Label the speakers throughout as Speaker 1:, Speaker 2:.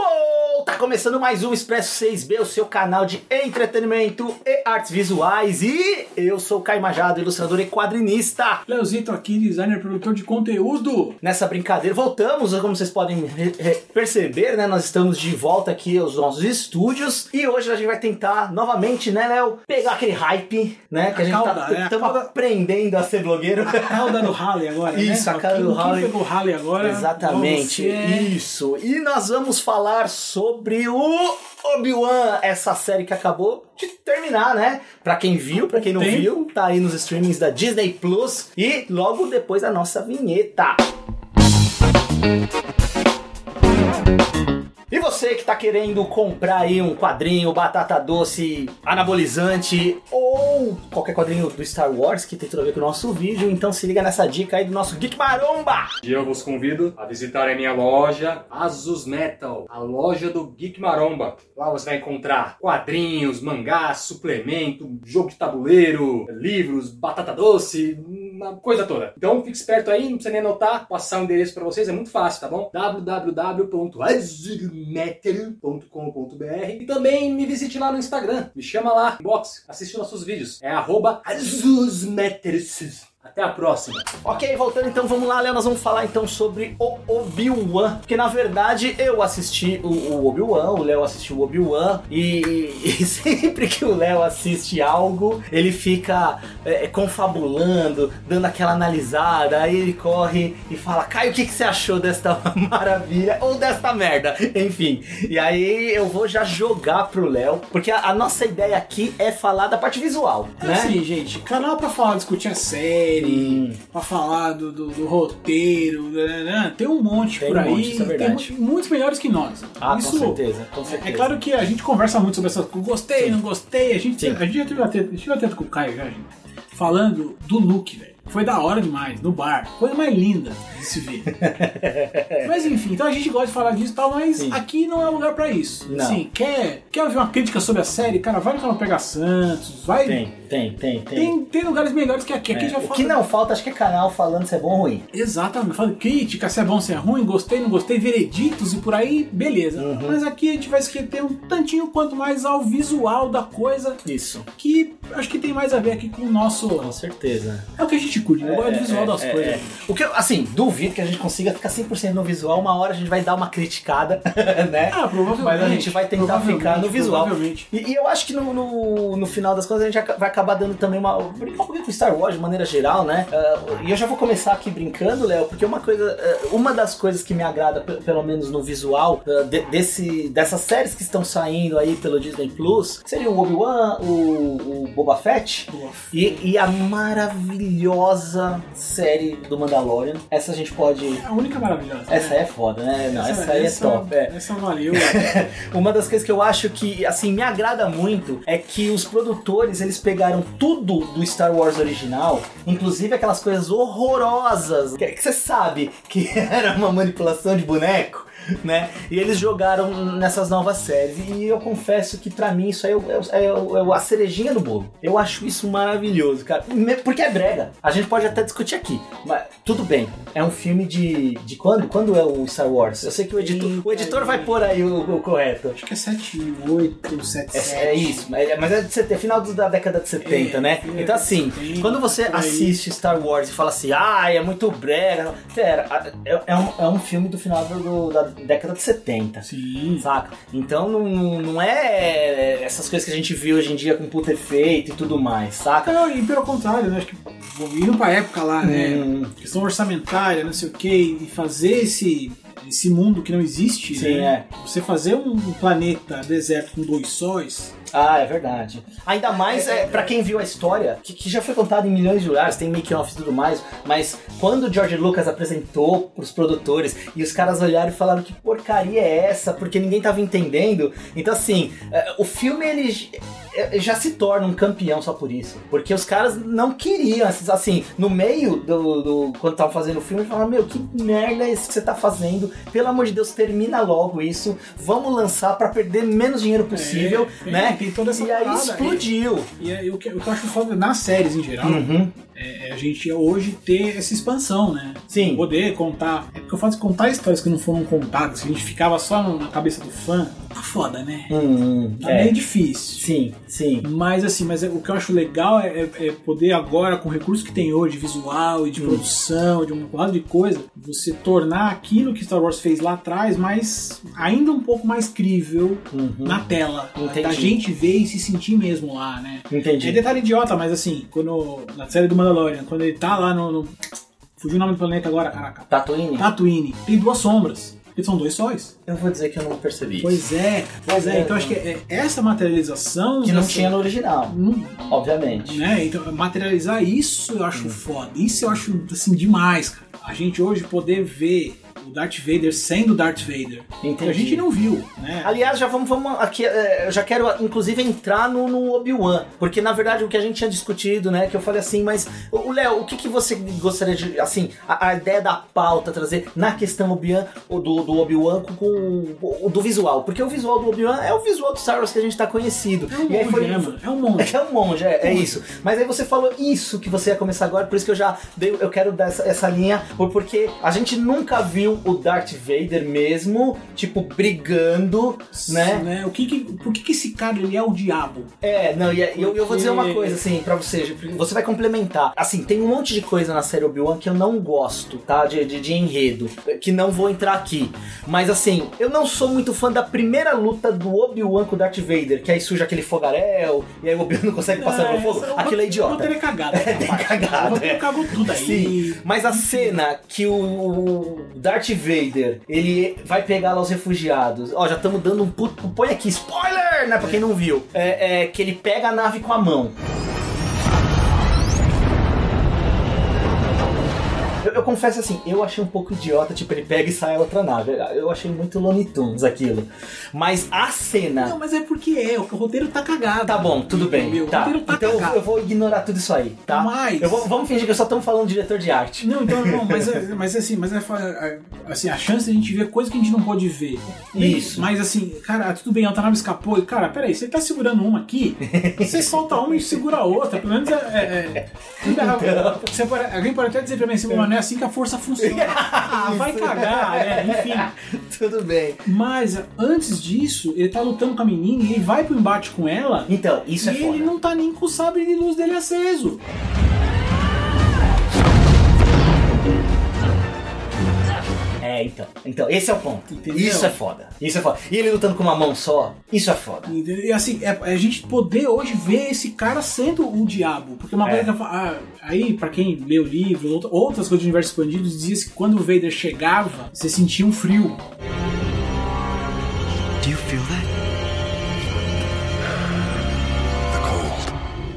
Speaker 1: Uou! Tá começando mais um Expresso 6B, o seu canal de entretenimento e artes visuais. E eu sou o Caio Majado, ilustrador e quadrinista.
Speaker 2: Leozito tá aqui, designer, produtor de conteúdo.
Speaker 1: Nessa brincadeira, voltamos, como vocês podem re- re- perceber, né? Nós estamos de volta aqui aos nossos estúdios. E hoje a gente vai tentar novamente, né, Léo? Pegar aquele hype, né? Que a gente tá
Speaker 2: cauda, né? A
Speaker 1: tamo
Speaker 2: cauda-
Speaker 1: aprendendo a ser blogueiro.
Speaker 2: Calda do Harley Tá agora, né?
Speaker 1: Isso, a cauda
Speaker 2: Quem-
Speaker 1: do Harley.
Speaker 2: Quem pegou o Harley agora?
Speaker 1: Exatamente,
Speaker 2: Você... é
Speaker 1: isso. E nós vamos falar sobre o Obi-Wan, essa série que acabou de terminar, né? Pra quem viu, pra quem não
Speaker 2: Tem.
Speaker 1: viu, tá aí nos streamings da Disney Plus e logo depois da nossa vinheta. E você que tá querendo comprar aí um quadrinho, batata doce, anabolizante ou qualquer quadrinho do Star Wars que tem tudo a ver com o nosso vídeo, então se liga nessa dica aí do nosso Geek Maromba!
Speaker 3: E eu vos convido a visitar a minha loja Asus Metal, a loja do Geek Maromba. Lá você vai encontrar quadrinhos, mangás, suplemento, jogo de tabuleiro, livros, batata doce, uma coisa toda. Então fique esperto aí, não precisa nem anotar, passar o endereço pra vocês, é muito fácil, tá bom? www.azurmetal.com.br E também me visite lá no Instagram, me chama lá, inbox, assiste nossos vídeos. É arroba azusmetals. Até a próxima!
Speaker 1: Ok, voltando então, vamos lá, Léo. Nós vamos falar então sobre o Obi-Wan. Porque na verdade eu assisti o, o Obi-Wan, o Léo assistiu o Obi-Wan. E, e sempre que o Léo assiste algo, ele fica é, confabulando, dando aquela analisada. Aí ele corre e fala: Caio, o que, que você achou desta maravilha ou desta merda? Enfim, e aí eu vou já jogar pro Léo, porque a, a nossa ideia aqui é falar da parte visual,
Speaker 2: É
Speaker 1: né? Hum.
Speaker 2: assim, gente, canal pra falar, discutir a série, pra falar do, do- do roteiro, nananã, tem um monte
Speaker 1: Tem
Speaker 2: por
Speaker 1: um
Speaker 2: aí.
Speaker 1: monte, isso é
Speaker 2: tem
Speaker 1: verdade.
Speaker 2: mu- muitos melhores que nós.
Speaker 1: Ah,
Speaker 2: isso,
Speaker 1: com certeza, com certeza.
Speaker 2: É claro que a gente conversa muito sobre essas coisas. Gostei, não gostei. A gente,
Speaker 1: Sim.
Speaker 2: a gente já teve uma treta, a gente teve uma treta com o Caio já, gente. Falando do look, velho. Foi da hora demais, no bar. Coisa mais linda de se ver. mas enfim, então a gente gosta de falar disso e tal, mas
Speaker 1: Sim.
Speaker 2: aqui não é lugar pra isso.
Speaker 1: Não.
Speaker 2: Assim, quer, quer ouvir uma crítica sobre a série? Cara, vai no canal Pega Santos, vai.
Speaker 1: Tem, tem, tem, tem.
Speaker 2: Tem, tem lugares melhores que aqui. Aqui
Speaker 1: É,
Speaker 2: já
Speaker 1: o
Speaker 2: fala.
Speaker 1: que não falta, acho que é canal falando se é bom ou ruim.
Speaker 2: Exatamente, falando crítica, se é bom, se é ruim, gostei, não gostei, vereditos e por aí, beleza.
Speaker 1: Uhum.
Speaker 2: Mas aqui a gente vai se reter um tantinho quanto mais ao visual da coisa,
Speaker 1: Isso,
Speaker 2: que acho que tem mais a ver aqui com o nosso.
Speaker 1: com certeza.
Speaker 2: É o que a gente curte, né? Eu gosto do
Speaker 1: É,
Speaker 2: visual
Speaker 1: é,
Speaker 2: das
Speaker 1: é,
Speaker 2: coisas.
Speaker 1: é. O que eu, assim, duvido que a gente consiga ficar 100% no visual. Uma hora a gente vai dar uma criticada, né?
Speaker 2: Ah, provavelmente.
Speaker 1: Mas a gente vai tentar
Speaker 2: provavelmente,
Speaker 1: ficar no visual.
Speaker 2: Provavelmente.
Speaker 1: E, e eu acho que no, no, no final das contas a gente aca- vai acabar dando também uma. brincar um pouquinho com Star Wars de maneira geral, né? Ah, e eu já vou começar aqui brincando, Léo, porque uma coisa. ah, uma das coisas que me agrada, pe- pelo menos no visual, ah, de- desse, dessas séries que estão saindo aí pelo Disney Plus, seria o Obi-Wan, o, o Boba Fett.
Speaker 2: Boa.
Speaker 1: E, e a maravilhosa série do Mandalorian. Essa a gente pode.
Speaker 2: A única maravilhosa.
Speaker 1: Essa
Speaker 2: né?
Speaker 1: é foda, né? Não, essa, aí é top. é.
Speaker 2: Essa valeu.
Speaker 1: Uma das coisas que eu acho que, assim, me agrada muito é que os produtores, eles pegaram tudo do Star Wars original, inclusive aquelas coisas horrorosas, que que você sabe que era uma manipulação de boneco, né? E eles jogaram nessas novas séries. E eu confesso que pra mim isso aí é, o- é o- é o- é o- a cerejinha do bolo. Eu acho isso maravilhoso, cara. Me- Porque é brega. A gente pode até discutir aqui. Mas tudo bem. É um filme de. de quando? Quando é o Star Wars? Eu sei que o editor, o editor vai pôr aí o, o correto.
Speaker 2: acho que é 7, 8, 7,
Speaker 1: É, é isso, mas é- mas é de sete- final do- da década de 70,
Speaker 2: É,
Speaker 1: né?
Speaker 2: é,
Speaker 1: Então assim,
Speaker 2: sim,
Speaker 1: quando você
Speaker 2: por aí.
Speaker 1: assiste Star Wars e fala assim, ah, é muito brega, pera, a- é, é um, é um filme do final do- da década de 70.
Speaker 2: Sim.
Speaker 1: Saca? Então não, não é essas coisas que a gente viu hoje em dia com puta efeito e tudo mais, saca?
Speaker 2: Não, e pelo contrário, né? Acho que indo pra época lá, né?
Speaker 1: Hum,
Speaker 2: questão orçamentária, não sei o que, e fazer esse, esse mundo que não existe,
Speaker 1: sim,
Speaker 2: né?
Speaker 1: é.
Speaker 2: Você fazer um planeta deserto com dois sóis,
Speaker 1: Ah, é verdade. Ainda mais é, para quem viu a história, que, que já foi contada em milhões de lugares, tem make-off e tudo mais, mas quando o George Lucas apresentou pros produtores e os caras olharam e falaram que porcaria é essa, porque ninguém tava entendendo. Então, assim, é, o filme ele j- é, já se torna um campeão só por isso. Porque os caras não queriam, esses- assim, no meio do. do- quando estavam fazendo o filme, eles falaram: Meu, que merda é isso que você tá fazendo? Pelo amor de Deus, termina logo isso. Vamos lançar pra perder menos dinheiro possível,
Speaker 2: É,
Speaker 1: né?
Speaker 2: Tem toda essa
Speaker 1: E aí
Speaker 2: parada é,
Speaker 1: explodiu.
Speaker 2: E aí, o, que, o que eu acho foda nas séries em geral
Speaker 1: Uhum.
Speaker 2: é, é a gente hoje ter essa expansão, né?
Speaker 1: Sim.
Speaker 2: Poder contar. É porque eu faço contar histórias que não foram contadas, que a gente ficava só na cabeça do fã. Tá foda, né?
Speaker 1: Hum, hum,
Speaker 2: Tá
Speaker 1: é.
Speaker 2: meio difícil.
Speaker 1: Sim, sim.
Speaker 2: Mas assim, mas é- o que eu acho legal é, é- é poder agora, com o recurso que tem hoje, visual e de
Speaker 1: Hum.
Speaker 2: produção, de um lado de coisa, você tornar aquilo que Star Wars fez lá atrás, mas ainda um pouco mais crível
Speaker 1: Uhum.
Speaker 2: na tela.
Speaker 1: Entendi.
Speaker 2: Da gente ver e se sentir mesmo lá, né? É
Speaker 1: Entendi.
Speaker 2: detalhe idiota, mas assim, quando. Na série do Mandalorian, quando ele tá lá no. no fugiu o nome do planeta agora, caraca.
Speaker 1: Tatooine?
Speaker 2: Tatooine, tem duas sombras. Porque são dois sóis.
Speaker 1: Ah, Eu vou dizer que eu não percebi.
Speaker 2: Pois é, pois é. Então acho que é essa materialização.
Speaker 1: Que não
Speaker 2: dessa-
Speaker 1: tinha no original,
Speaker 2: Não-
Speaker 1: obviamente.
Speaker 2: né? Então, materializar isso eu
Speaker 1: Hum.
Speaker 2: acho foda. Isso eu acho, assim, demais, cara. A gente hoje poder ver o Darth Vader sendo Darth Vader. Que
Speaker 1: Entendi.
Speaker 2: a gente não viu, né?
Speaker 1: Aliás, já vamos, vamos aqui. é, Eu já quero, inclusive, entrar no, no Obi-Wan. Porque, na verdade, o que a gente tinha discutido, né? Que eu falei assim, mas. o- o Léo, o que, que você gostaria de. Assim, a, a ideia da pauta trazer na questão Obi-Wan, o do, do Obi-Wan com, com o- o do visual. Porque o visual do Obi-Wan é o visual do Star Wars que a gente tá conhecido.
Speaker 2: É um
Speaker 1: e aí
Speaker 2: monge,
Speaker 1: foi,
Speaker 2: né, mano? É um
Speaker 1: É
Speaker 2: monge.
Speaker 1: que é um monge, é, é isso. Mas aí você falou isso que você ia começar agora, por isso que eu já dei, eu quero dar essa, essa linha, por- porque a gente nunca viu o Darth Vader mesmo, tipo, brigando, né?
Speaker 2: O que que- por que, que esse cara ele é o diabo?
Speaker 1: É, não, e e eu, eu vou dizer uma
Speaker 2: Porque-
Speaker 1: coisa, assim, pra você, Gi, porque você vai complementar. Assim, tem um monte de coisa na série Obi-Wan que eu não gosto, tá? De, de, de enredo, que não vou entrar aqui. Mas, assim, eu não sou muito fã da primeira luta do Obi-Wan com o Darth Vader, que aí surge aquele fogaréu, e aí o Obi-Wan não consegue passar pelo fogo.
Speaker 2: essa-
Speaker 1: Aquilo
Speaker 2: o
Speaker 1: é
Speaker 2: roteiro- O
Speaker 1: idiota.
Speaker 2: roteiro é cagado. É,
Speaker 1: bem cagado,
Speaker 2: O roteiro
Speaker 1: é.
Speaker 2: cagou tudo aí.
Speaker 1: Sim, mas a cena que o Darth Vader ele vai pegar lá os refugiados. Ó, já estamos dando um puto. Põe aqui, spoiler, né? Pra quem não viu. É, é que ele pega a nave com a mão. Eu, eu confesso assim, eu achei um pouco idiota, tipo, ele pega e sai a outra nave. Eu achei muito Looney Tunes aquilo. Mas a cena.
Speaker 2: Não, mas é porque é, o roteiro tá cagado.
Speaker 1: Tá bom, tudo bem.
Speaker 2: Entendeu? O
Speaker 1: Tá.
Speaker 2: roteiro tá
Speaker 1: Então eu vou-
Speaker 2: cagado.
Speaker 1: eu vou ignorar tudo isso aí, tá?
Speaker 2: Mas-
Speaker 1: Eu vou- vamos fingir que eu só estamos falando de diretor de arte.
Speaker 2: Não, então não, mas, é- mas assim, mas é, fa- é, assim, a chance de a gente ver coisa que a gente não pode ver.
Speaker 1: Isso.
Speaker 2: Mas assim, cara, tudo bem, a Altanave escapou. E, cara, peraí, você tá segurando uma aqui, você solta uma e segura a outra. Pelo menos é. é- é- tudo errado.
Speaker 1: Então.
Speaker 2: Você pode- alguém pode até dizer pra mim assim, mano, é assim que a força funciona. Ah, vai cagar, é, enfim.
Speaker 1: Tudo bem.
Speaker 2: Mas antes disso, ele tá lutando com a menina e ele vai pro embate com ela.
Speaker 1: Então, isso
Speaker 2: e
Speaker 1: é
Speaker 2: ele
Speaker 1: foda.
Speaker 2: não tá nem com o sabre de luz dele aceso.
Speaker 1: É, então. Então, esse é o ponto.
Speaker 2: Entendeu?
Speaker 1: Isso é foda. Isso é foda. E ele lutando com uma mão só, isso é foda.
Speaker 2: Entendeu? E assim, é, a gente poder hoje ver esse cara sendo o diabo. Porque uma
Speaker 1: É.
Speaker 2: coisa que eu fa- ah, Aí, pra quem leu livros, outra- outras coisas do universo expandido, dizia que quando o Vader chegava, você sentia um frio.
Speaker 4: Do you feel that?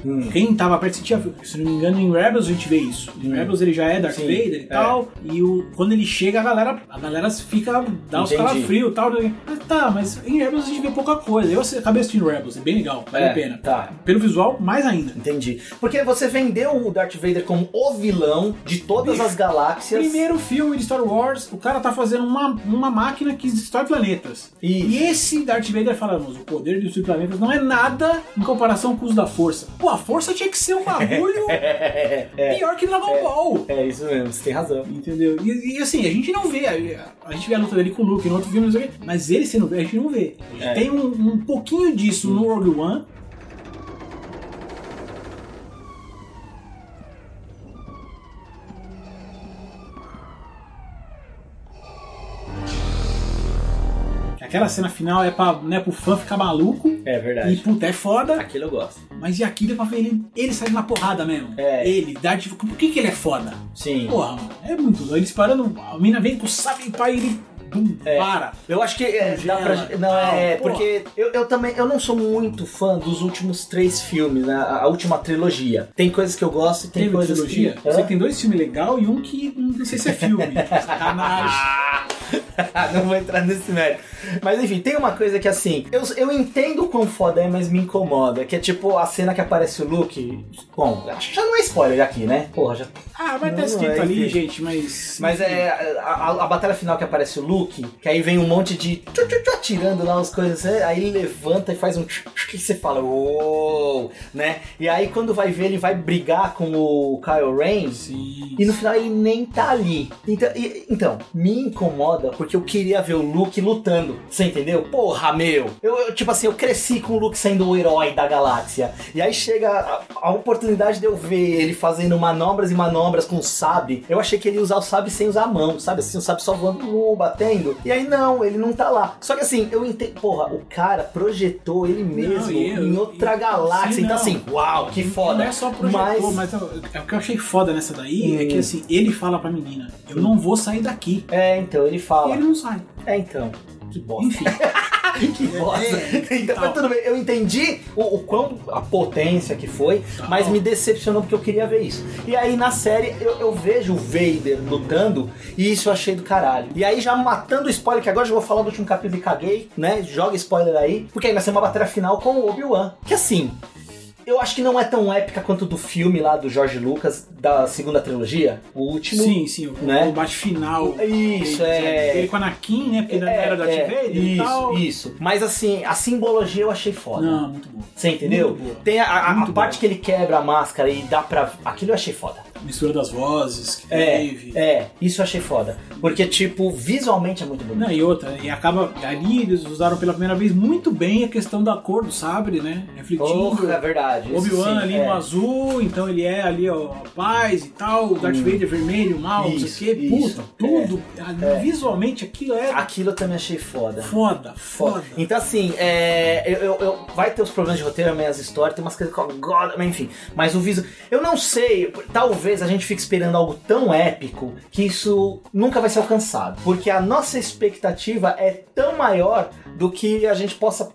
Speaker 2: Hum. Quem tava perto sentia frio. Se não me engano, em Rebels a gente vê isso. Em
Speaker 1: Hum.
Speaker 2: Rebels ele já é Darth
Speaker 1: Sim,
Speaker 2: Vader e
Speaker 1: é.
Speaker 2: tal. E o, quando ele chega, a galera, a galera fica. dá os
Speaker 1: Entendi.
Speaker 2: calafrios e tal. Mas tá, mas em Rebels a gente vê pouca coisa. Eu acabei assistindo Rebels, é bem legal, vale
Speaker 1: É,
Speaker 2: a pena.
Speaker 1: Tá.
Speaker 2: Pelo visual, mais ainda.
Speaker 1: Entendi. Porque você vendeu o Darth Vader como o vilão de todas as galáxias.
Speaker 2: Primeiro filme de Star Wars, o cara tá fazendo uma, uma máquina que destrói planetas.
Speaker 1: Isso.
Speaker 2: E esse Darth Vader fala, mas o poder de destruir planetas não é nada em comparação com o uso da força. Pô, a força tinha que ser um bagulho
Speaker 1: É, é,
Speaker 2: pior que Dragon Ball.
Speaker 1: é isso mesmo, você tem razão.
Speaker 2: Entendeu? E, e assim, a gente não vê. A, a gente vê a luta dele com o Luke no outro filme, não sei o quê, mas ele sendo bem, a gente não vê.
Speaker 1: É.
Speaker 2: Tem um, um pouquinho disso no Rogue One. Aquela cena final é pra, né, pro fã ficar maluco.
Speaker 1: É
Speaker 2: E
Speaker 1: verdade.
Speaker 2: puta, é foda,
Speaker 1: Aquilo eu gosto.
Speaker 2: mas e aqui dá pra ver ele, ele saindo na porrada mesmo.
Speaker 1: É.
Speaker 2: Ele, Darth, por que, que ele é foda?
Speaker 1: Sim.
Speaker 2: Porra, mano, é muito doido. Eles parando, a mina vem com o sabre e pai ele bum,
Speaker 1: É.
Speaker 2: para.
Speaker 1: Eu acho que é, dá
Speaker 2: Congela.
Speaker 1: pra. Não, é,
Speaker 2: Não, pô.
Speaker 1: porque eu, eu também. Eu não sou muito fã dos últimos três filmes, né? A, a última trilogia. Tem coisas que eu gosto e tem
Speaker 2: Teve
Speaker 1: coisas
Speaker 2: trilogia?
Speaker 1: que.
Speaker 2: Eu sei
Speaker 1: Hã?
Speaker 2: um, que tem dois filmes legais e um que hum, não sei se é filme. Sacanagem.
Speaker 1: não vou entrar nesse mérito. Mas enfim, tem uma coisa que assim, eu, eu entendo o quão foda é, mas me incomoda. Que é tipo a cena que aparece o Luke. Bom, acho que já não é spoiler aqui, né? Porra, já.
Speaker 2: Ah, mas
Speaker 1: Não,
Speaker 2: tá escrito
Speaker 1: é
Speaker 2: ali,
Speaker 1: que-
Speaker 2: gente, mas.
Speaker 1: Mas é a, a- a batalha final que aparece o Luke, que aí vem um monte de tchu, tchu, tchu atirando lá umas coisas, né? aí ele levanta e faz um tchu, tchu, que você fala, uou, né? E aí quando vai ver ele vai brigar com o Kyle Ren,
Speaker 2: Sim.
Speaker 1: e é no final ele nem tá ali. Então, e- então, me incomoda porque eu queria ver o Luke lutando. Você entendeu? Porra, meu! Eu, eu, tipo assim, eu cresci com o Luke sendo o herói da galáxia. E aí chega a, a oportunidade de eu ver ele fazendo manobras e manobras com o sabre. Eu achei que ele ia usar o sabre sem usar a mão, sabe? Assim, o sabre só voando, uh, batendo. E aí não, ele não tá lá. Só que assim, eu entendo. Porra, o cara projetou ele mesmo
Speaker 2: e eu-
Speaker 1: em outra
Speaker 2: e-
Speaker 1: galáxia.
Speaker 2: sim,
Speaker 1: então
Speaker 2: não.
Speaker 1: assim, uau, que foda.
Speaker 2: Não é só projetor,
Speaker 1: Mas-
Speaker 2: mas, é, é o que eu achei foda nessa daí é
Speaker 1: Hum.
Speaker 2: que assim, ele fala pra menina, eu não vou sair daqui.
Speaker 1: É, então, ele
Speaker 2: E
Speaker 1: fala.
Speaker 2: ele não sai.
Speaker 1: É, então. Que bosta.
Speaker 2: Enfim.
Speaker 1: que bosta.
Speaker 2: É,
Speaker 1: então, mas
Speaker 2: tal.
Speaker 1: tudo bem, eu entendi o, o quão a potência que foi,
Speaker 2: Tal.
Speaker 1: mas me decepcionou porque eu queria ver isso. E aí na série eu, eu vejo o Vader lutando e isso eu achei do caralho. E aí já matando o spoiler, que agora eu já vou falar do último capítulo e caguei, né? Joga spoiler aí, porque aí vai ser uma batalha final com o Obi-Wan. Que assim. Eu acho que não é tão épica quanto do filme lá do Jorge Lucas, da segunda trilogia, o último.
Speaker 2: Sim, sim, o,
Speaker 1: Né?
Speaker 2: o bate final.
Speaker 1: Isso,
Speaker 2: ele,
Speaker 1: é.
Speaker 2: Ele com a Anakin, né? Porque ele
Speaker 1: É,
Speaker 2: era da
Speaker 1: é,
Speaker 2: Darth Vader e
Speaker 1: isso,
Speaker 2: tal.
Speaker 1: Isso, Mas assim, a simbologia eu achei foda.
Speaker 2: Não, muito bom.
Speaker 1: Você entendeu?
Speaker 2: Muito boa.
Speaker 1: Tem a, a- a
Speaker 2: Muito
Speaker 1: parte
Speaker 2: boa.
Speaker 1: que ele quebra a máscara e dá pra. Aquilo eu achei foda.
Speaker 2: Mistura das vozes que
Speaker 1: É,
Speaker 2: teve.
Speaker 1: É, isso eu achei foda. Porque, tipo, visualmente é muito bonito.
Speaker 2: Não, e outra, e acaba. Ali eles usaram pela primeira vez muito bem a questão da cor do sabre, né? Refletindo.
Speaker 1: Porra, é verdade. isso
Speaker 2: Obi-Wan
Speaker 1: sim,
Speaker 2: ali
Speaker 1: é.
Speaker 2: no azul, então ele é ali, ó, paz e tal. O Darth
Speaker 1: Hum.
Speaker 2: Vader vermelho, mal, não
Speaker 1: Isso,
Speaker 2: sei o quê.
Speaker 1: isso,
Speaker 2: Puta, tudo. ali,
Speaker 1: é.
Speaker 2: Visualmente aquilo é
Speaker 1: Aquilo eu também achei foda.
Speaker 2: foda,
Speaker 1: Foda.
Speaker 2: foda.
Speaker 1: Então, assim, é, eu, eu- eu- vai ter os problemas de roteiro, minhas histórias, tem umas coisas que eu gosto, mas enfim. Mas o visual. Eu não sei, talvez a gente fique esperando algo tão épico que isso nunca vai ser alcançado. Porque a nossa expectativa é tão maior do que a gente possa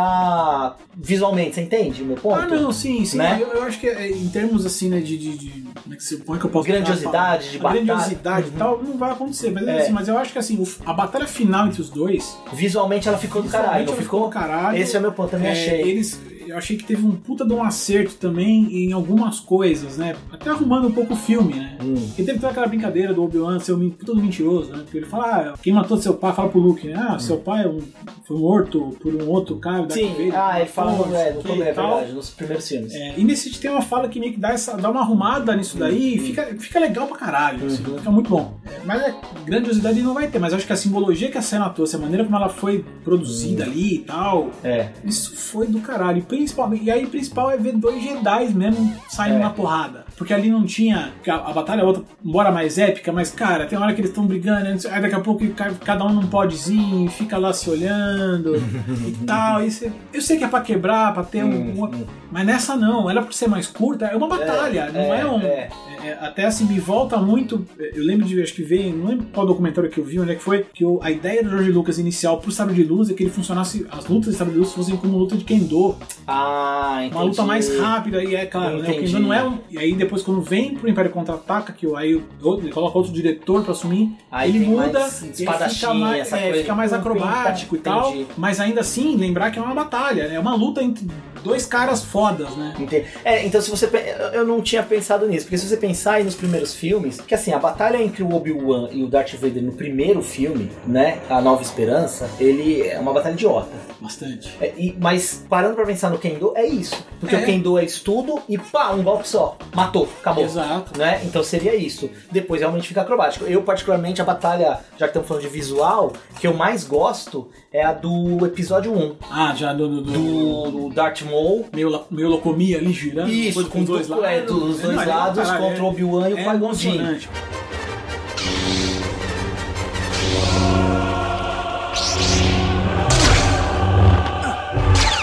Speaker 1: pensar visualmente, você entende o meu ponto?
Speaker 2: Ah, não, sim, sim.
Speaker 1: Né?
Speaker 2: Eu, eu acho que é, em termos assim, né, de. de, de- como é que se como é que eu posso
Speaker 1: Grandiosidade, de
Speaker 2: falar? A
Speaker 1: batalha.
Speaker 2: Grandiosidade e
Speaker 1: Uhum.
Speaker 2: tal, não vai acontecer. Mas,
Speaker 1: É.
Speaker 2: assim, mas eu acho que assim, o- a batalha final entre os dois.
Speaker 1: Visualmente ela ficou do caralho,
Speaker 2: visualmente,
Speaker 1: não
Speaker 2: ela
Speaker 1: ficou?
Speaker 2: do caralho.
Speaker 1: Esse é o meu ponto, também
Speaker 2: É,
Speaker 1: achei.
Speaker 2: Eles, eu achei que teve um puta de um acerto também em algumas coisas, né? Até arrumando um pouco o filme, né?
Speaker 1: Hum.
Speaker 2: Porque teve toda aquela brincadeira do Obi-Wan ser um men- puta do mentiroso, né? Porque ele fala, ah, quem matou seu pai, fala pro Luke, né? Ah, seu pai é um- foi morto por um outro cara. Darth
Speaker 1: Hum. Sim,
Speaker 2: Vader,
Speaker 1: ah,
Speaker 2: que
Speaker 1: ele fala
Speaker 2: matou,
Speaker 1: no, é,
Speaker 2: não
Speaker 1: no
Speaker 2: sei o quê
Speaker 1: começo,
Speaker 2: e
Speaker 1: é
Speaker 2: tal.
Speaker 1: verdade, nos primeiros filmes.
Speaker 2: É, e nesse tem uma fala que meio que dá, essa, dá uma arrumada nisso daí e fica, fica legal pra caralho. assim,
Speaker 1: Uhum.
Speaker 2: fica muito bom. É, Mas a grandiosidade não vai ter, mas eu acho que a simbologia que a cena trouxe, a maneira como ela foi produzida
Speaker 1: Uhum.
Speaker 2: ali e tal,
Speaker 1: É.
Speaker 2: isso foi do caralho. E Principalmente, e aí o principal é ver dois Jedi mesmo saindo
Speaker 1: É.
Speaker 2: na porrada. Porque ali não tinha. porque A, a batalha é outra, embora mais épica, mas cara, tem hora que eles estão brigando, né, não sei- aí daqui a pouco ca- cada um num podzinho, fica lá se olhando e tal. e cê- eu sei que é pra quebrar, pra ter
Speaker 1: Hum,
Speaker 2: um. uma- mas nessa não, ela por ser mais curta, é uma batalha, não é, um.
Speaker 1: é.
Speaker 2: é- é- até assim, me volta muito. é, Eu lembro de, acho que veio, não lembro qual documentário que eu vi, onde é que foi, que o- a ideia do George Lucas inicial pro Sabre de Luz é que ele funcionasse, as lutas de Sabre de Luz fossem como luta de Kendo,
Speaker 1: Ah, entendi.
Speaker 2: uma luta mais rápida, e é claro, né, o
Speaker 1: Entendi.
Speaker 2: Kendo não é um. E aí depois, quando vem pro Império Contra-Ataca, que o- aí o- ele coloca outro diretor pra assumir,
Speaker 1: Aí
Speaker 2: ele
Speaker 1: Ah, tem
Speaker 2: muda,
Speaker 1: mais
Speaker 2: ele
Speaker 1: espadachim,
Speaker 2: fica mais,
Speaker 1: essa
Speaker 2: é,
Speaker 1: coisa
Speaker 2: fica
Speaker 1: de
Speaker 2: mais
Speaker 1: pum, pim, pam,
Speaker 2: acrobático e tal.
Speaker 1: entendi.
Speaker 2: Mas ainda assim, lembrar que é uma batalha, né? É uma luta entre dois caras fodas, né?
Speaker 1: Entendi. É, então se você. pe- Eu não tinha pensado nisso, porque se você pensar aí nos primeiros filmes, que assim, a batalha entre o Obi-Wan e o Darth Vader no primeiro filme, né? A Nova Esperança, ele é uma batalha idiota.
Speaker 2: Bastante.
Speaker 1: É, e- mas parando pra pensar no Kendo, é isso. Porque
Speaker 2: É.
Speaker 1: o Kendo é estudo e pá, um golpe só. Matou, acabou.
Speaker 2: Exato.
Speaker 1: né? Então seria isso. Depois realmente fica acrobático. Eu, particularmente, a batalha, já que estamos falando de visual, que eu mais gosto é a do episódio 1,
Speaker 2: Ah, já do. do, do...
Speaker 1: do, do Darth Maul
Speaker 2: Meio, la- meio locomia ali girando.
Speaker 1: Isso,
Speaker 2: depois
Speaker 1: com dois lados. É, dos dois
Speaker 2: Não, é-
Speaker 1: lados
Speaker 2: caralho,
Speaker 1: contra o
Speaker 2: é-
Speaker 1: Obi-Wan e o
Speaker 2: é
Speaker 1: Qui-Gon Jinn.
Speaker 2: emocionante.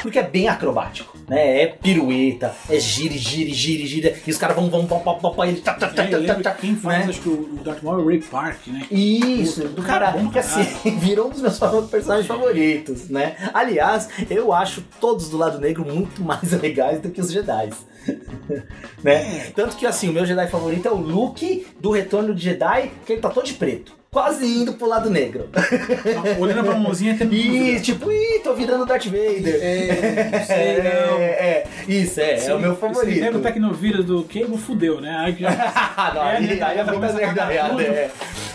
Speaker 1: Porque é bem acrobático, né? É pirueta, é gire, gire, gire, gire. E os caras vão, vão, pão, pão, pão, pão, e ele tá, tá, tá,
Speaker 2: É, eu
Speaker 1: tá,
Speaker 2: lembro
Speaker 1: tá,
Speaker 2: que quem faz,
Speaker 1: né?
Speaker 2: acho que o, o Darth Maul é o Ray Park, né?
Speaker 1: Isso,
Speaker 2: Puta,
Speaker 1: do
Speaker 2: tá
Speaker 1: caralho.
Speaker 2: bom,
Speaker 1: Que assim, virou um dos meus favor- personagens favoritos, né? Aliás, eu acho todos do lado negro muito mais legais do que os Jedi. é né? Tanto que assim, o meu Jedi favorito é o Luke do Retorno de Jedi, que ele tá todo de preto. quase indo pro lado negro.
Speaker 2: Olhando pra mãozinha até
Speaker 1: E tipo, ih, tô virando Darth Vader.
Speaker 2: É, não sei não.
Speaker 1: é, é. Isso, é, é o meu
Speaker 2: Se
Speaker 1: favorito.
Speaker 2: pega o Tecnovírus do Cable, fudeu, né? Aí já...
Speaker 1: Ah, não,
Speaker 2: É,
Speaker 1: aí,
Speaker 2: né?
Speaker 1: aí é muita
Speaker 2: Começa a cagar
Speaker 1: nerdaiada,
Speaker 2: tudo.
Speaker 1: é.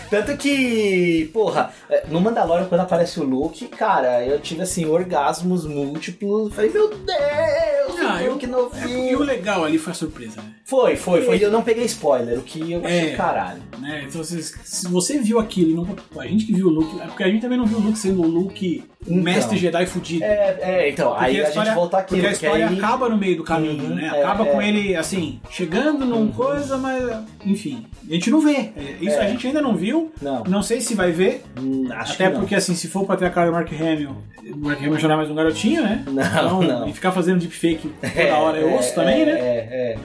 Speaker 1: Tanto que, porra, é, no Mandalorian, quando aparece o Luke, cara, eu tive assim, orgasmos múltiplos. Falei, meu Deus,
Speaker 2: Ah,
Speaker 1: o Luke
Speaker 2: E o
Speaker 1: novinho.
Speaker 2: legal ali foi a surpresa, né?
Speaker 1: Foi, foi, foi. E eu não peguei spoiler, o que eu achei
Speaker 2: É.
Speaker 1: caralho.
Speaker 2: né? Então, se, se você viu aquilo, e não, a gente que viu o Luke, é porque a gente também não viu o Luke sendo o Luke
Speaker 1: Então.
Speaker 2: mestre Jedi fudido.
Speaker 1: É, é, então,
Speaker 2: Porque
Speaker 1: aí a gente volta aqui,
Speaker 2: Porque a história
Speaker 1: aí...
Speaker 2: acaba no meio do caminho,
Speaker 1: Uhum,
Speaker 2: né?
Speaker 1: é,
Speaker 2: Acaba
Speaker 1: é. Uhum.
Speaker 2: com ele, assim, chegando num coisa, mas. Enfim, a gente não vê. É, Isso
Speaker 1: É.
Speaker 2: a gente ainda não viu.
Speaker 1: Não,
Speaker 2: Não sei se vai ver.
Speaker 1: hum, acho
Speaker 2: até
Speaker 1: que não.
Speaker 2: porque, assim, se for pra ter a cara do Mark Hamill, o Mark Hamill já não é mais um garotinho, né?
Speaker 1: Não, não.
Speaker 2: E ficar fazendo deepfake toda
Speaker 1: É,
Speaker 2: hora é osso também,
Speaker 1: é,
Speaker 2: né?
Speaker 1: É,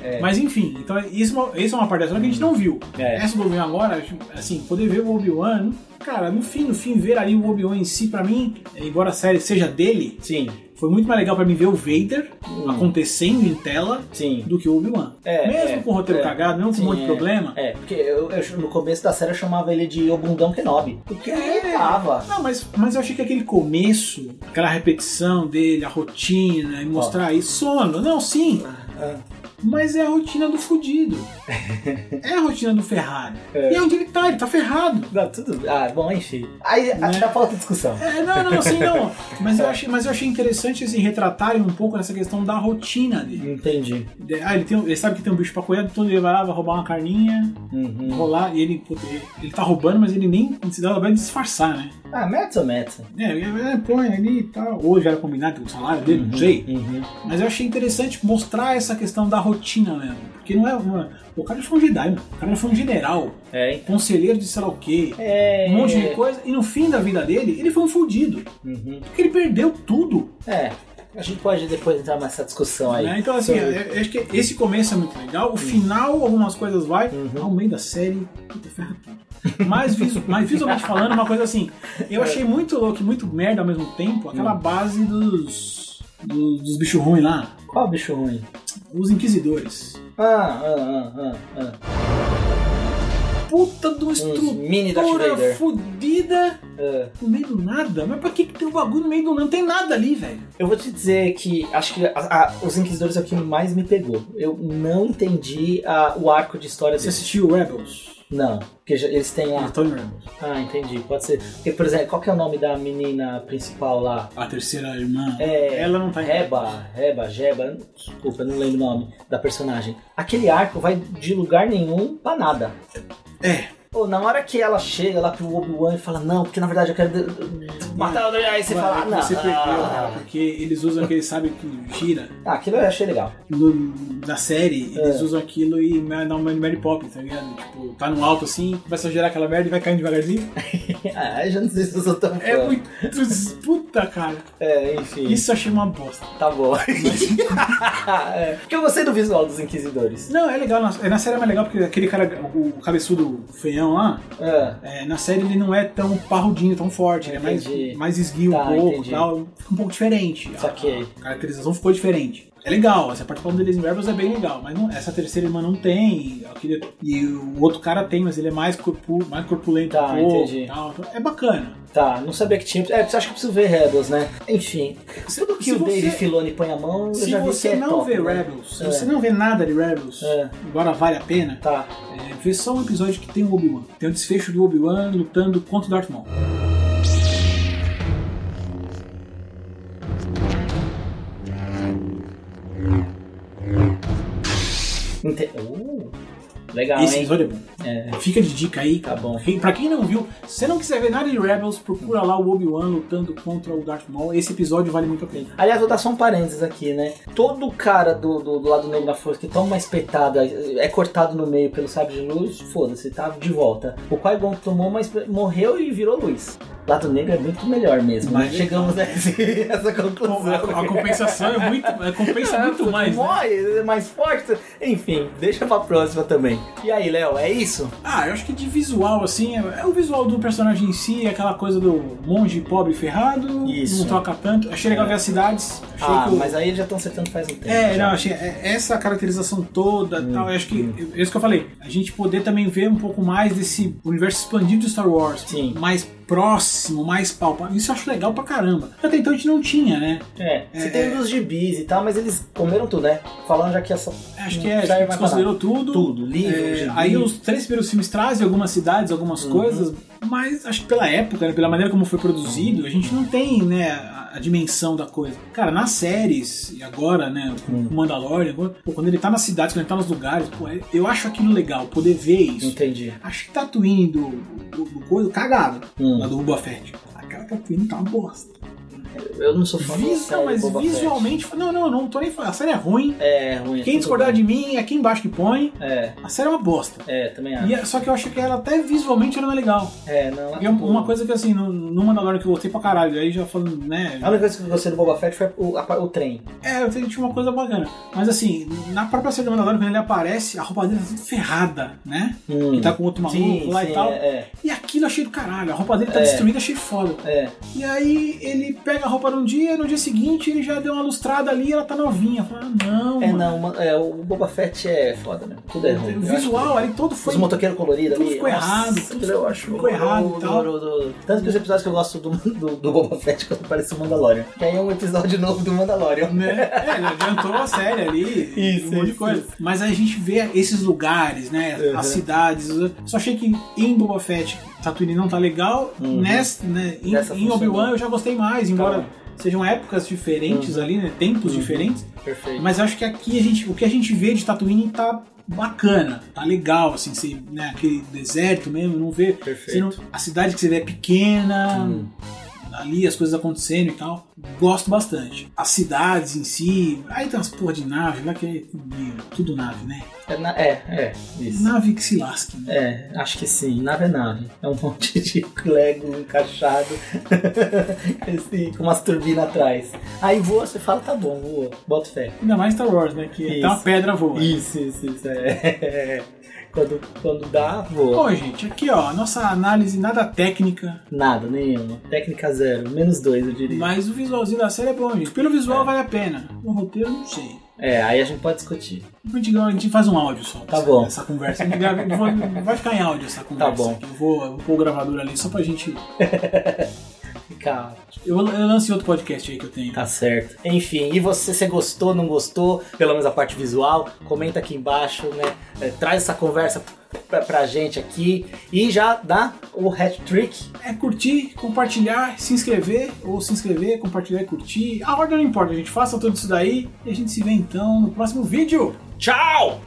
Speaker 1: é, é.
Speaker 2: Mas enfim, então isso, é uma- isso é uma parte da história que a gente não viu.
Speaker 1: É.
Speaker 2: Essa do Obi-Wan agora, assim, poder ver o Obi-Wan, cara, no fim, no fim, ver ali o Obi-Wan em si, pra mim, embora a série seja dele,
Speaker 1: Sim,
Speaker 2: foi muito mais legal pra mim ver o Vader
Speaker 1: Hum.
Speaker 2: acontecendo em tela
Speaker 1: sim.
Speaker 2: do que o Obi-Wan.
Speaker 1: É,
Speaker 2: mesmo
Speaker 1: é,
Speaker 2: com o roteiro
Speaker 1: é.
Speaker 2: cagado, mesmo com
Speaker 1: Sim,
Speaker 2: um monte de
Speaker 1: é.
Speaker 2: problema.
Speaker 1: É, porque eu, eu- no começo da série eu chamava ele de Obundão Kenobi. Porque
Speaker 2: É.
Speaker 1: ele tava.
Speaker 2: Não, mas, mas eu achei que aquele começo, aquela repetição dele, a rotina, e mostrar aí sono. Não, sim,
Speaker 1: Ah,
Speaker 2: Mas é a rotina do fudido. é a rotina do ferrado. E é onde ele tá, ele tá ferrado.
Speaker 1: Não, tudo. Ah, bom, enfim. Aí
Speaker 2: Né?
Speaker 1: já falta discussão.
Speaker 2: É, não, não, assim não. Mas eu achei, mas eu achei interessante assim, retratarem um pouco essa questão da rotina dele.
Speaker 1: Entendi.
Speaker 2: De- Ah, ele, tem, um- ele sabe que tem um bicho pra colher, então ele vai lá, vai roubar uma carninha,
Speaker 1: Uhum.
Speaker 2: rolar, e ele, puta, ele, ele tá roubando, mas ele nem se dá vai disfarçar, né?
Speaker 1: Ah, meta ou meta?
Speaker 2: É, ele- ele põe ali e tal. Hoje era combinado com o salário dele, não sei.
Speaker 1: Uhum.
Speaker 2: Mas eu achei interessante mostrar essa questão da rotina mesmo. Porque não é uma. O cara foi um Jedi, mano. O cara foi um general.
Speaker 1: É,
Speaker 2: conselheiro de sei lá o quê,
Speaker 1: é.
Speaker 2: um monte de coisa, e no fim da vida dele, ele foi um fudido.
Speaker 1: Uhum.
Speaker 2: Porque ele perdeu tudo.
Speaker 1: É. A gente pode depois entrar nessa discussão aí.
Speaker 2: né? Então, assim, eu,
Speaker 1: Sobre-
Speaker 2: eu acho que esse começo é muito legal. O final, algumas coisas vai.
Speaker 1: Uhum.
Speaker 2: Ao meio da série, puta, ferra tudo. Mas, visu, mas visualmente falando, uma coisa assim, eu achei muito louco e muito merda ao mesmo tempo aquela
Speaker 1: Hum.
Speaker 2: base dos. do- Dos bichos ruins lá,
Speaker 1: Qual bicho ruim?
Speaker 2: os inquisidores.
Speaker 1: Ah, ah, ah, ah,
Speaker 2: Puta de uma
Speaker 1: Uns mini Darth
Speaker 2: estrutura
Speaker 1: Vader.
Speaker 2: fodida
Speaker 1: ah. Ah.
Speaker 2: no meio do nada. Mas pra que, que tem um bagulho no meio do nada? Não tem nada ali, velho.
Speaker 1: Eu vou te dizer que acho que a- a- os Inquisidores é o que mais me pegou. Eu não entendi a- o arco de história
Speaker 2: Você
Speaker 1: deles.
Speaker 2: assistiu Rebels?
Speaker 1: Não, porque já- eles têm lá.
Speaker 2: Antônio Rebels.
Speaker 1: Ah, entendi. Pode ser. Porque, por exemplo, qual que é o nome da menina principal lá?
Speaker 2: A terceira irmã.
Speaker 1: É.
Speaker 2: Ela não tá em
Speaker 1: Reba, Reba, Jeba, desculpa, eu não lembro o nome da personagem. Aquele arco vai de lugar nenhum pra nada.
Speaker 2: É.
Speaker 1: Pô, na hora que ela chega lá pro Obi-Wan e fala, não, porque na verdade eu quero de- de- matar o Aí você
Speaker 2: Ué,
Speaker 1: fala,
Speaker 2: é
Speaker 1: ah,
Speaker 2: que
Speaker 1: não.
Speaker 2: Você perdeu, né?" cara,
Speaker 1: ah,
Speaker 2: porque eles usam aquele, sabe, que gira
Speaker 1: ah, aquilo eu achei legal.
Speaker 2: no- da série,
Speaker 1: É.
Speaker 2: eles usam aquilo e ma- dá uma de Mary Poppins, tá ligado? Tipo, tá no alto assim, começa a gerar aquela merda e vai caindo devagarzinho.
Speaker 1: ah, eu já não sei se eu sou tão fã.
Speaker 2: É muito. Puta, cara.
Speaker 1: É, enfim.
Speaker 2: Isso eu achei uma bosta.
Speaker 1: Tá bom. É, Porque eu gostei do visual dos Inquisidores.
Speaker 2: Não, é legal. Na, é, na série é mais legal porque aquele cara, o cabeçudo feião lá,
Speaker 1: Ah,
Speaker 2: é, na série ele não é tão parrudinho, tão forte, ele é mais,
Speaker 1: Entendi.
Speaker 2: mais esguio
Speaker 1: Tá,
Speaker 2: um pouco
Speaker 1: entendi.
Speaker 2: e tal. Fica um pouco diferente.
Speaker 1: saquei.
Speaker 2: A caracterização ficou diferente. É legal, essa parte falando deles em Rebels é bem legal, mas não- essa terceira irmã não tem, aquele- e o outro cara tem, mas ele é mais, corpu, mais corpulento
Speaker 1: Tá,
Speaker 2: um pouco
Speaker 1: entendi.
Speaker 2: e tal. Então, é bacana.
Speaker 1: Tá, não sabia que tinha. É, acho que eu preciso ver Rebels, né? Enfim, tudo que
Speaker 2: se
Speaker 1: o
Speaker 2: você-
Speaker 1: Dave Filoni põe a mão, eu
Speaker 2: Se
Speaker 1: já vi
Speaker 2: você
Speaker 1: que é
Speaker 2: não
Speaker 1: top,
Speaker 2: vê
Speaker 1: né?
Speaker 2: Rebels, se
Speaker 1: É.
Speaker 2: você não vê nada de Rebels,
Speaker 1: É.
Speaker 2: agora vale a pena,
Speaker 1: Tá.
Speaker 2: é, vê só um episódio que tem o Obi-Wan. Tem o desfecho do Obi-Wan lutando contra o Darth Maul.
Speaker 1: Ente... Uh, legal,
Speaker 2: Esse
Speaker 1: hein?
Speaker 2: episódio é bom.
Speaker 1: É.
Speaker 2: Fica de dica aí,
Speaker 1: Tá
Speaker 2: cara.
Speaker 1: bom.
Speaker 2: Quem- Pra quem não viu, se você não quiser ver nada de Rebels, procura lá o Obi-Wan lutando contra o Darth Maul. Esse episódio vale muito a pena.
Speaker 1: Aliás, vou dar só um parênteses aqui, né? Todo cara do, do, do lado negro da força que toma uma espetada, é cortado no meio pelo sábio de luz, foda-se, tá de volta. O Qui-Gon tomou uma espe- morreu e virou luz. Lado Negro é muito melhor mesmo.
Speaker 2: Mas-
Speaker 1: Chegamos a esse- essa conclusão.
Speaker 2: Com- A, a compensação é muito. é, compensa muito mais. Né?
Speaker 1: Morre, é mais forte. Enfim, deixa pra próxima também. E aí, Léo, é isso?
Speaker 2: Ah, eu acho que de visual, assim, é é o visual do personagem em si, é aquela coisa do monge pobre ferrado,
Speaker 1: Isso.
Speaker 2: não toca tanto. Achei legal ver as cidades. Achei
Speaker 1: ah,
Speaker 2: que o-
Speaker 1: mas aí eles já estão acertando faz um tempo.
Speaker 2: É,
Speaker 1: já. Hum,
Speaker 2: não, achei é- essa caracterização toda e tal, eu acho que é isso que eu falei, a gente poder também ver um pouco mais desse universo expandido de Star Wars,
Speaker 1: Sim.
Speaker 2: mais próximo, mais palpável, isso eu acho legal pra caramba. Até então a gente não tinha, né?
Speaker 1: É, você
Speaker 2: É,
Speaker 1: tem
Speaker 2: é.
Speaker 1: dos gibis e tal, mas eles comeram tudo, né? Falando Hum, já que essa.
Speaker 2: Acho
Speaker 1: Não
Speaker 2: que é,
Speaker 1: precisa
Speaker 2: a gente
Speaker 1: mais
Speaker 2: considerou tudo.
Speaker 1: Tudo,
Speaker 2: É,
Speaker 1: livro, gibi.
Speaker 2: aí os três primeiros filmes trazem algumas cidades, algumas
Speaker 1: Uhum.
Speaker 2: coisas, mas acho que pela época, né, pela maneira como foi produzido, a gente não tem, né, a, a dimensão da coisa. Cara, nas séries, e agora, né, com
Speaker 1: Uhum.
Speaker 2: o Mandalorian, agora, pô, quando ele tá nas cidades, quando ele tá nos lugares, pô, é- eu acho aquilo legal, poder ver isso.
Speaker 1: Entendi.
Speaker 2: Acho que Tatooine do, do, do coisa, cagado,
Speaker 1: Hum.
Speaker 2: lá do Boba Fett. Aquela Tatooine tá uma bosta.
Speaker 1: Eu não sou fã da
Speaker 2: Visa,
Speaker 1: série
Speaker 2: mas
Speaker 1: Boba Fett.
Speaker 2: visualmente... Não, não, não tô nem falando. A série é ruim.
Speaker 1: É, ruim.
Speaker 2: Quem
Speaker 1: tudo
Speaker 2: discordar
Speaker 1: bem.
Speaker 2: de mim, é aqui embaixo que põe.
Speaker 1: É,
Speaker 2: A série é uma bosta.
Speaker 1: é, também acho.
Speaker 2: E é- só que eu acho que ela até visualmente ela não é legal.
Speaker 1: É, não.
Speaker 2: E é uma coisa que assim, no, no Mandalorian que eu gostei pra caralho, aí já falando, né?
Speaker 1: A única coisa que eu gostei do Boba Fett foi o, a- o trem.
Speaker 2: É, eu senti uma coisa bacana. Mas assim, na própria série do Mandalorian, quando ele aparece, a roupa dele tá tudo ferrada, né? Ele tá com outro maluco
Speaker 1: Hum. sim,
Speaker 2: lá
Speaker 1: sim,
Speaker 2: e tal.
Speaker 1: É,
Speaker 2: E aquilo eu achei do caralho. A roupa dele tá
Speaker 1: É.
Speaker 2: destruída, achei foda.
Speaker 1: é, é.
Speaker 2: E aí ele pega a roupa num dia, no dia seguinte ele já deu uma lustrada ali e ela tá novinha. Eu falei, ah, não.
Speaker 1: É,
Speaker 2: mano.
Speaker 1: não, ma- é, o Boba Fett é foda, né? Tudo é ruim.
Speaker 2: O
Speaker 1: Eu acho
Speaker 2: visual ali todo
Speaker 1: Os
Speaker 2: foi.
Speaker 1: motoqueiros coloridos
Speaker 2: Tudo
Speaker 1: ali.
Speaker 2: ficou errado,
Speaker 1: Nossa,
Speaker 2: tudo
Speaker 1: aquilo eu acho
Speaker 2: ficou errado e tal.
Speaker 1: horroroso. Tanto que os episódios que eu gosto do, do, do Boba Fett quando aparece o Mandalorian. Que aí é um episódio novo do Mandalorian.
Speaker 2: né? É, ele adiantou a série ali,
Speaker 1: Isso,
Speaker 2: um monte de
Speaker 1: isso,
Speaker 2: coisa. Mas aí a gente vê esses lugares, né?
Speaker 1: Uhum.
Speaker 2: As cidades. Só achei que em Boba Fett Tatooine não tá legal.
Speaker 1: Uhum.
Speaker 2: Ness- né, em,
Speaker 1: Nessa
Speaker 2: em Obi-Wan
Speaker 1: funcionou.
Speaker 2: eu já gostei mais, embora
Speaker 1: Tá.
Speaker 2: sejam épocas diferentes ali, né? Tempos
Speaker 1: Uhum.
Speaker 2: diferentes.
Speaker 1: Perfeito.
Speaker 2: Mas eu acho que aqui a gente, o que a gente vê de Tatooine tá bacana, tá legal, assim, você, né, aquele deserto mesmo, não vê. você
Speaker 1: Perfeito.
Speaker 2: não- a cidade que você vê é pequena,
Speaker 1: Hum.
Speaker 2: ali as coisas acontecendo e tal. Gosto bastante. As cidades em si. Aí tem umas porra de nave lá que é tudo nave, né?
Speaker 1: É, na- é, é, isso.
Speaker 2: Nave que se lasque, né?
Speaker 1: É, acho que sim. Nave é nave. É um monte de Lego encaixado. Esse, com umas turbinas atrás. Aí voa, você fala, tá bom, voa. Bota fé.
Speaker 2: Ainda mais Star Wars, né? Que até
Speaker 1: Isso.
Speaker 2: uma pedra voa.
Speaker 1: Isso, isso, isso. É. Quando, quando dá, voa.
Speaker 2: Bom, gente, aqui ó, nossa análise nada técnica,
Speaker 1: Nada, nenhuma. Técnica zero. Menos dois, eu diria.
Speaker 2: mas o visualzinho da série é bom, gente. Pelo visual vale a pena. O roteiro, não sei.
Speaker 1: É, aí a gente pode discutir.
Speaker 2: A gente, a gente faz um áudio só.
Speaker 1: Tá
Speaker 2: dessa-
Speaker 1: bom. Tá
Speaker 2: Dessa conversa. A gente grava- eu vou- vai ficar em áudio essa conversa.
Speaker 1: bom.
Speaker 2: aqui. Eu vou, eu vou pôr o gravador ali só pra gente.
Speaker 1: Fica.
Speaker 2: Eu, eu lancei outro podcast aí que eu tenho.
Speaker 1: Tá certo. Enfim, e você, você gostou, não gostou? Pelo menos a parte visual, comenta aqui embaixo, né? É, traz essa conversa pra, pra gente aqui. E já dá o hat trick.
Speaker 2: É curtir, compartilhar, se inscrever, ou se inscrever, compartilhar e curtir. A ordem não importa, a gente faça tudo isso daí e a gente se vê então no próximo vídeo.
Speaker 1: Tchau!